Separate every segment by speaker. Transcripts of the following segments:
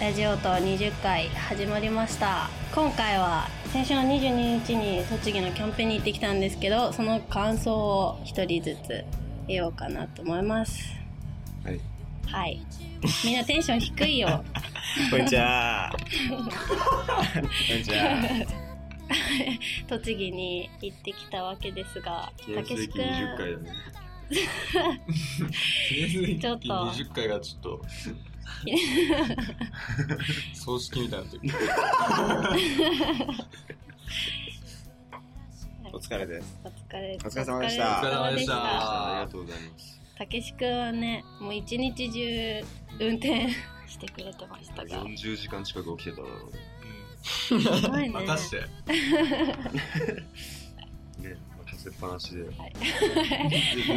Speaker 1: ラジオと20回始まりました今回は先週の22日に栃木のキャンペーンに行ってきたんですけどその感想を一人ずつ言おうかなと思います
Speaker 2: はい。
Speaker 1: はいみんなテンション低い よ
Speaker 2: こんにちは。こんにちは。
Speaker 1: 栃木に行ってきたわけですが
Speaker 2: 記念すべき
Speaker 1: ん
Speaker 2: 20回だ ね。記念すべき
Speaker 1: ちょっと
Speaker 2: 20回がちょっと。 葬式みたいな時。
Speaker 3: お疲れです。
Speaker 1: お疲れ
Speaker 3: お疲れ様でした
Speaker 2: お疲れ様で
Speaker 1: お疲れ様
Speaker 2: した。
Speaker 3: あ
Speaker 2: あり
Speaker 3: り
Speaker 2: が
Speaker 3: が
Speaker 2: とうございます。
Speaker 1: たけし君はねもう一日中運転してくれてましたが
Speaker 2: 40時間近く起きてただろうね。
Speaker 1: すごいね
Speaker 2: 任 して。ね、任せっぱなしで。
Speaker 1: い
Speaker 2: 全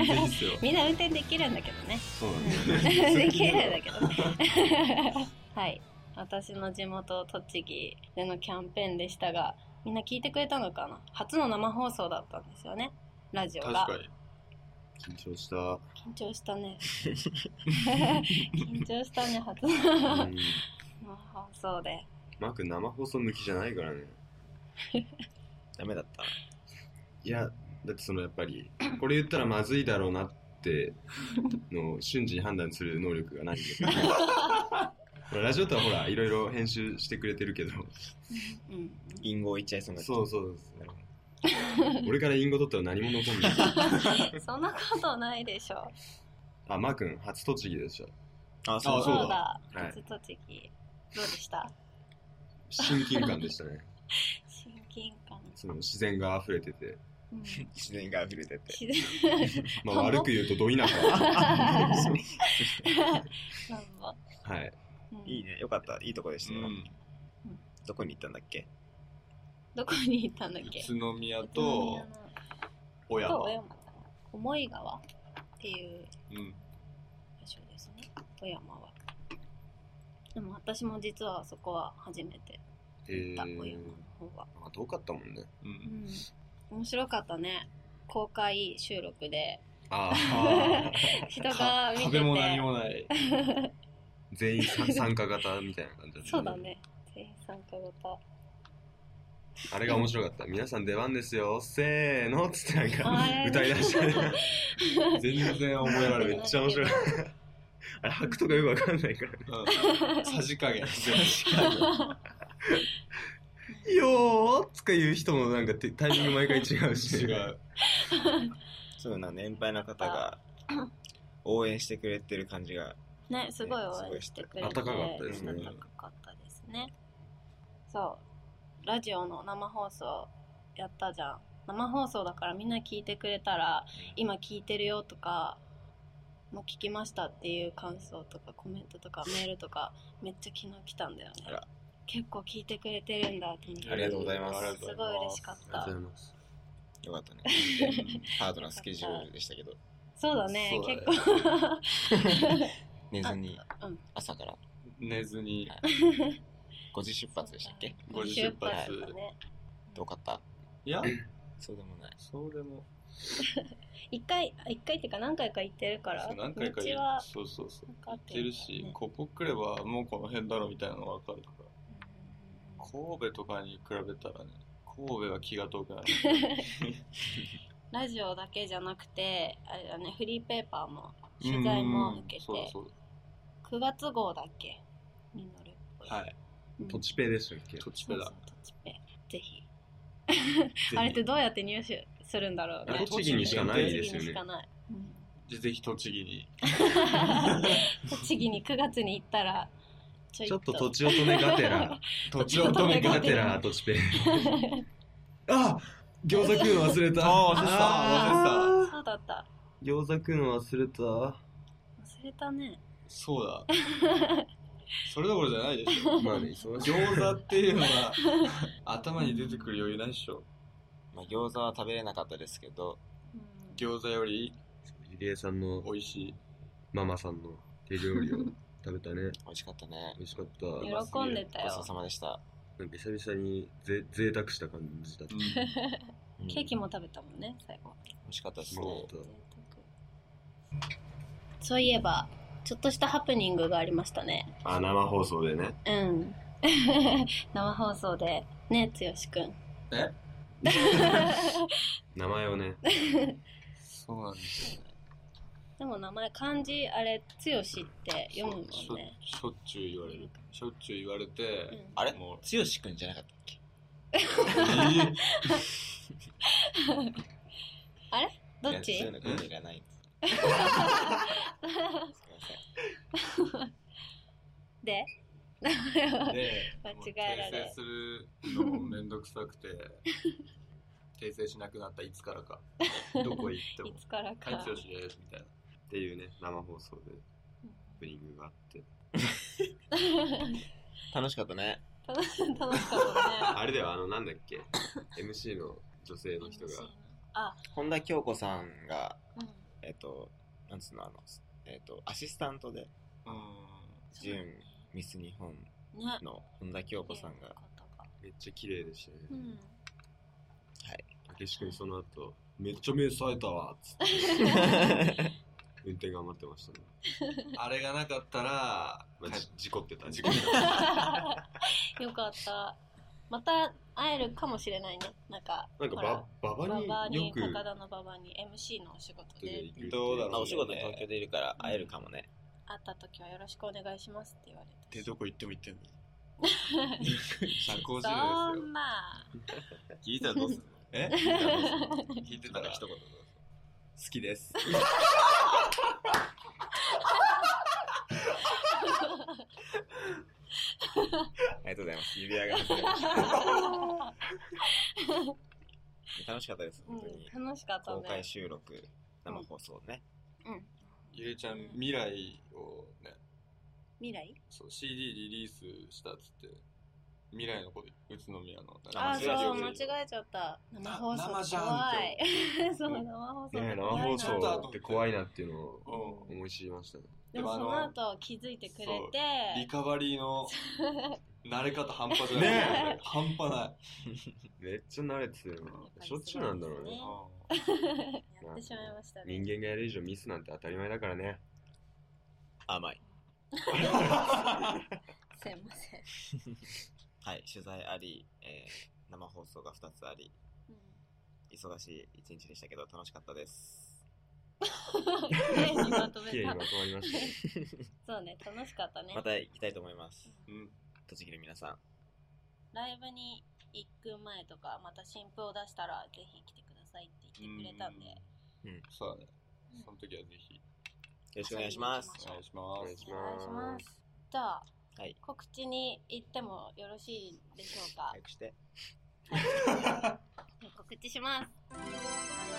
Speaker 2: 然いいっすよ。
Speaker 1: みんな運転できるんだけどね
Speaker 2: そうなんだよね。
Speaker 1: できるんだけどねはい私の地元栃木でのキャンペーンでしたがみんな聞いてくれたのかな初の生放送だったんですよねラジオ
Speaker 2: 確
Speaker 1: が
Speaker 2: かに。緊張した。
Speaker 1: 緊張したね緊張したね初の
Speaker 2: うん
Speaker 1: 生放送で
Speaker 2: マーク生放送向きじゃないからね。
Speaker 3: ダメだった。
Speaker 2: いや、だってそのやっぱり、これ言ったらまずいだろうなってのを瞬時に判断する能力が ないんで。ほらラジオとはほら、いろいろ編集してくれてるけど。
Speaker 1: うん
Speaker 3: リンゴをいっちゃいそうになっちゃ
Speaker 2: そうそうそう。俺からインゴ取ったら何も残んない。
Speaker 1: そんなことないでしょ
Speaker 2: あ、マー君、初栃木でした。
Speaker 3: あ、そう
Speaker 2: あ
Speaker 3: そう
Speaker 1: そう
Speaker 3: だ。
Speaker 1: だ
Speaker 2: はい
Speaker 1: 初栃木どうでした
Speaker 2: 親近感でした ね。
Speaker 1: 親近感、
Speaker 2: その自然が溢れてて。
Speaker 1: うん、
Speaker 3: 自然が溢れてて。
Speaker 1: 自然
Speaker 2: まあ
Speaker 1: 田んぼ
Speaker 2: 悪く言うとど田 舎。
Speaker 1: なんか、
Speaker 2: はい。
Speaker 1: うん
Speaker 3: いいね。よかった。いいとこでしたよ。どこに行ったんだっけ
Speaker 1: どこに行ったんだっけ
Speaker 2: 宇都宮
Speaker 1: 宇都宮の
Speaker 2: 小
Speaker 1: と小山かな思い川っていう
Speaker 2: うん。
Speaker 1: 場所ですね富山はでも私も実はそこは初めて
Speaker 2: え
Speaker 1: 行った
Speaker 2: ー
Speaker 1: 小山の方は、
Speaker 2: まあ遠かったもんね。
Speaker 1: うん、面白かったね公開収録 で
Speaker 2: ああ。
Speaker 1: 人が見てて
Speaker 2: ない全員参参加型みたいな感じだった
Speaker 1: そうだね全員参加型
Speaker 2: あれが面白かった皆さん出番ですよせーのっつってな
Speaker 1: あ
Speaker 2: んか
Speaker 1: れ
Speaker 2: 歌いだ して全然覚えられないめっちゃ面白いあれ拍くとかよくわかんないからね
Speaker 4: さじ加減
Speaker 2: 「よー」とか言う人もなんかてタイミング毎回違うし
Speaker 4: 違う
Speaker 3: そうな、年配の 方が応援してくれてる感じが。
Speaker 1: ね、すごい
Speaker 3: ね
Speaker 1: 応援してくれて、
Speaker 2: すごい温かかった
Speaker 3: ですね
Speaker 1: 温かかったですね。そう、ラジオの生放送やったじゃん。生放送だからみんな聞いてくれたら、今聞いてるよとか、もう聞きましたっていう感想とかコメントとかメールとかめっちゃ昨日来たんだよね
Speaker 3: あら。
Speaker 1: 結構聞いてくれてるんだと思って。
Speaker 3: ありがとうございます
Speaker 1: すごい嬉しかっ
Speaker 2: ありがとうご
Speaker 1: た
Speaker 2: ざい。ます
Speaker 3: よかったね。ハードなスケジュールでしたけど。
Speaker 1: そうだね、
Speaker 4: そうだね
Speaker 1: 結構。
Speaker 3: 寝ずに
Speaker 1: うん、
Speaker 3: 朝から
Speaker 4: 寝ずに
Speaker 3: 5時出発でしたっ け
Speaker 4: ご自出
Speaker 1: 出
Speaker 4: 発
Speaker 1: 発だね
Speaker 3: どうかった
Speaker 4: いや
Speaker 3: そうでもない。
Speaker 4: そうでも
Speaker 1: 一回、あ一回っていうか何回か行ってるから、
Speaker 4: 何回か
Speaker 1: 道
Speaker 4: 言う
Speaker 1: は
Speaker 4: そうそうそう
Speaker 1: 分か
Speaker 4: 言
Speaker 1: っ
Speaker 4: ってて
Speaker 1: る
Speaker 4: る
Speaker 1: から
Speaker 4: し
Speaker 1: ね
Speaker 4: ここ来ればもうこの辺だろみたいなの分かるから神戸とかに比べたらね神戸は気が遠くなる
Speaker 1: ラジオだけじゃなくてあれだねフリーペーパーも 取材も受けて
Speaker 4: うんそう
Speaker 1: 9月号だっけに載るっぽい、
Speaker 4: そうはい
Speaker 1: うん
Speaker 2: 土地ペでしたっけ
Speaker 4: 土地
Speaker 1: そ
Speaker 4: ペ
Speaker 1: う
Speaker 4: だ
Speaker 1: そう土地ペぜひあれってどうやって入手するんだろう
Speaker 2: あれ
Speaker 1: ね
Speaker 2: 栃木にしかないです
Speaker 1: 栃
Speaker 2: よ
Speaker 1: 木にしか
Speaker 2: ね
Speaker 1: ない、 うん
Speaker 4: ぜひ栃木に
Speaker 1: 栃木に9月に行ったらちょい
Speaker 2: ちょっと土地乙女がて ら土地乙女がてら土地ペあ餃子食うの忘れた
Speaker 4: あー忘れてた
Speaker 2: あー
Speaker 4: 忘れて
Speaker 1: そうだった
Speaker 2: 餃子食うの忘れた
Speaker 1: 忘れたね
Speaker 4: たそ うだそれどころじゃないでしょ
Speaker 2: まあね忙しい
Speaker 4: 餃子っていうの は頭に出てくる余裕ないっしょ
Speaker 3: まあ、餃子は食べれなかったですけど、
Speaker 1: うん
Speaker 4: 餃子より
Speaker 2: ゆりえさんの
Speaker 4: 美味しい
Speaker 2: ママさんの手料理を食べたね
Speaker 3: 美味しかったね
Speaker 2: 美。味しかった
Speaker 1: 喜んでた
Speaker 3: ごちそ
Speaker 1: よ
Speaker 3: うさまでした。
Speaker 2: なんか久々にぜ贅沢した感 じだった
Speaker 3: うん
Speaker 1: ケーキ
Speaker 3: 美
Speaker 1: も食べたもんね最後
Speaker 3: 味しかったです
Speaker 2: よ
Speaker 3: ね。
Speaker 2: かっ
Speaker 1: そういえばちょっとしたハプニングがありましたね
Speaker 2: あ生放送でね
Speaker 1: うん 生放送でね剛くん
Speaker 4: え
Speaker 2: 名前をね
Speaker 4: そうなんですよね
Speaker 1: でも名前漢字あれ剛って読むもん
Speaker 4: しょ
Speaker 1: ね
Speaker 4: しょっちゅう言われるしょっちゅう言われて、
Speaker 1: ん
Speaker 3: あれ
Speaker 4: も う
Speaker 3: 剛くんじゃなかったっけ
Speaker 1: どっ
Speaker 3: いや
Speaker 1: ち
Speaker 3: そういうの興味が ないんです。すいません
Speaker 1: で
Speaker 4: で
Speaker 1: 間違
Speaker 4: もう
Speaker 1: えられ
Speaker 4: 訂正するのもめんどくさくて訂正しなくなったいつからかどこへ行って も
Speaker 1: いつから
Speaker 4: 「
Speaker 1: か
Speaker 4: はい剛です」みたいな
Speaker 2: っていうね生放送でハプニングがあって
Speaker 3: 楽しかったね。
Speaker 1: 楽し 楽しかったね
Speaker 2: あれだよあのなんだっけ MC の女性の人が
Speaker 3: 本田京子さんが、
Speaker 1: うん
Speaker 3: えっ、と、なんつうの、あの、えっ、と、アシスタントで、準ミス日本
Speaker 1: ね
Speaker 3: の本田京子さんが、
Speaker 2: めっちゃ綺麗でしたね
Speaker 1: うん
Speaker 2: たけし君その後めっちゃ目冴えたわっつって運転頑張ってましたね、
Speaker 4: あれがなかったら
Speaker 2: まあ
Speaker 4: 帰っ
Speaker 2: じ事故ってた
Speaker 4: 事故ってた
Speaker 1: よかったまた会えるかもしれないねなんか
Speaker 2: なん
Speaker 1: ほら
Speaker 2: かば
Speaker 1: バ
Speaker 2: ババ
Speaker 1: バ
Speaker 2: によ
Speaker 1: に
Speaker 2: く
Speaker 1: 高田のババに MC のお仕事
Speaker 2: で
Speaker 1: で
Speaker 2: 行くって
Speaker 4: どうだろ
Speaker 3: まあ、
Speaker 4: う
Speaker 3: お仕事東京でいるから会えるかもね。
Speaker 1: 会った時はよろしくお願いしますって言われ
Speaker 4: で
Speaker 1: て
Speaker 4: どこ行っても行ってもいい社
Speaker 1: そ
Speaker 4: 交辞令です
Speaker 1: ん
Speaker 4: よ
Speaker 1: な
Speaker 3: 聞いたらどうするの
Speaker 4: え聞いてたら
Speaker 3: 一言
Speaker 2: 好きです
Speaker 3: ありがとうございます。指輪が外れました。楽しかったです、
Speaker 1: う
Speaker 3: 本当に。
Speaker 1: ん楽しかった
Speaker 3: 公開
Speaker 1: ね
Speaker 3: 収録、生放送ね。
Speaker 1: うん
Speaker 4: ゆえちゃん未来をね
Speaker 1: 未来
Speaker 4: そう CD リリースしたっつって未来の子で宇都宮の
Speaker 1: ああ
Speaker 3: 間
Speaker 1: そ
Speaker 3: 違えちゃ
Speaker 1: う
Speaker 3: う
Speaker 1: 間違えちゃった生放送
Speaker 4: 生じゃん
Speaker 1: 怖い そう生放送
Speaker 2: ね
Speaker 1: 怖い
Speaker 2: 生
Speaker 1: な
Speaker 2: 放送って怖いなっていうのを
Speaker 4: うん
Speaker 2: 思い知りましたね
Speaker 1: でもその後気づいてくれて
Speaker 4: リカバリー の慣れ方半端じゃない、
Speaker 2: ね
Speaker 4: 半端ない、
Speaker 2: めっちゃ慣れてたよな
Speaker 1: っぱり
Speaker 2: しょっちゅうなんだろうね
Speaker 1: そうですねやってしまいましたね
Speaker 2: 人間がやる以上ミスなんて当たり前だからね
Speaker 3: 甘い。
Speaker 1: すいません
Speaker 3: はい、取材あり、えー生放送が2つあり、忙しい一日でしたけど楽しかったです。
Speaker 1: 綺 麗にまと
Speaker 2: 綺
Speaker 1: め
Speaker 2: 麗にま
Speaker 1: た
Speaker 2: とまりましたね
Speaker 1: そうね楽しかったね
Speaker 3: また行きたいと思います。
Speaker 4: うん、
Speaker 3: 栃木の皆さん、
Speaker 1: ライブに行く前とかまた新譜を出したらぜひ来てくださいって言ってくれたんで
Speaker 4: そうだねその時はぜひ
Speaker 3: よろしくお願いします。
Speaker 4: お願いし
Speaker 2: お
Speaker 4: ま
Speaker 2: 願い
Speaker 4: す
Speaker 2: し
Speaker 1: お願いし
Speaker 2: ま
Speaker 1: ますすじゃあ、
Speaker 3: はい
Speaker 1: 告知に行ってもよろしいでしょうか
Speaker 3: 早くして。
Speaker 1: 告知しますこ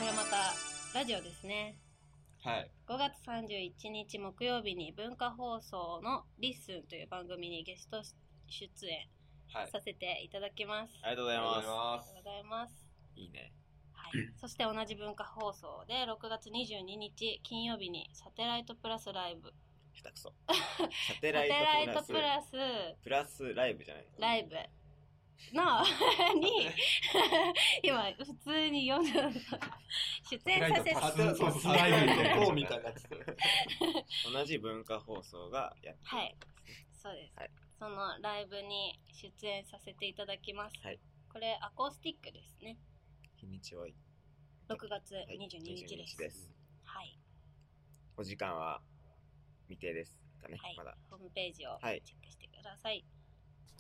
Speaker 1: れまたラジオですね
Speaker 4: はい
Speaker 1: 5月31日木曜日に文化放送の「リッスン」という番組にゲスト出演
Speaker 4: はい
Speaker 1: させていただきます、
Speaker 3: ありがとうござい
Speaker 4: あ
Speaker 3: ま
Speaker 4: りがとうござ
Speaker 1: あり
Speaker 3: す。
Speaker 4: いま
Speaker 1: がとうございます
Speaker 3: いいね。
Speaker 1: はい、そして同じ文化放送で6月22日金曜日にサテライトプラスライブ
Speaker 3: 下 手くそ。サテ
Speaker 1: サテ
Speaker 3: ライ
Speaker 1: ライ
Speaker 3: ト
Speaker 1: ト
Speaker 3: プ
Speaker 1: プ
Speaker 3: ラス。
Speaker 1: ラス
Speaker 3: プラスライブじゃないの
Speaker 1: ライブの に今普通に読んだ出演させ
Speaker 2: サ
Speaker 1: て
Speaker 2: テライトパスライブみたいな
Speaker 4: こうみたいになってたよ
Speaker 3: 同じ文化放送がやってる
Speaker 1: はいそうです、
Speaker 3: はい
Speaker 1: そのライブに出演させていただきます、
Speaker 3: はい
Speaker 1: これアコースティックですね
Speaker 3: 日にちを。はい
Speaker 1: 6月22日です、
Speaker 3: 22です
Speaker 1: はい
Speaker 3: お時間は未定ですかね、
Speaker 1: はい
Speaker 3: まだ。
Speaker 1: ホームページを
Speaker 3: はい
Speaker 1: チェックしてください。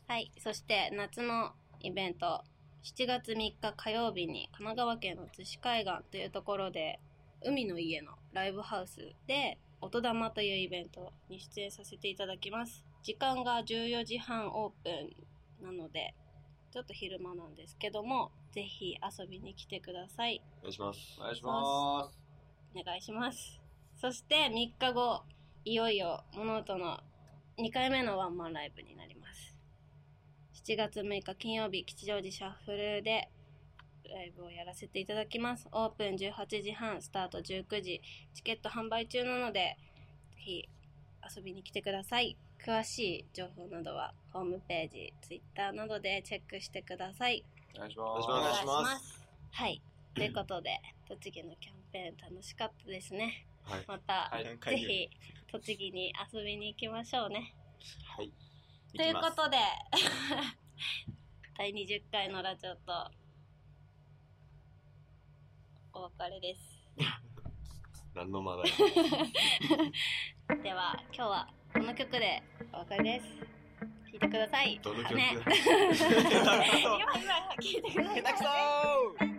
Speaker 1: はい、そして夏のイベント、7月3日火曜日に神奈川県の逗子海岸というところで、海の家のライブハウスで、音玉というイベントに出演させていただきます。時間が14時半オープンなので、ちょっと昼間なんですけども、ぜひ遊びに来てください。
Speaker 2: お願いします
Speaker 4: お願いしま
Speaker 1: お願いしますそして3日後いよいよ物音の2回目のワンマンライブになります7月6日金曜日吉祥寺シャッフルでライブをやらせていただきますオープン18時半スタート19時チケット販売中なのでぜひ遊びに来てください詳しい情報などはホームページ Twitter などでチェックしてください
Speaker 4: すお願いします
Speaker 3: お願いします
Speaker 1: はい。ということで、栃木のキャンペーン楽しかったですね。
Speaker 2: はい
Speaker 1: また、
Speaker 4: はい
Speaker 1: ぜひ、栃木に遊びに行きましょうね。
Speaker 3: はい。
Speaker 1: というこ
Speaker 3: 行きます
Speaker 1: とで、 第20回のラジオと、お別れです。
Speaker 4: 何のまだ
Speaker 1: では、今日はこの曲でお別れです。聴い てください。
Speaker 4: どの曲
Speaker 1: ね今今、聴いてください。
Speaker 3: 下手くそー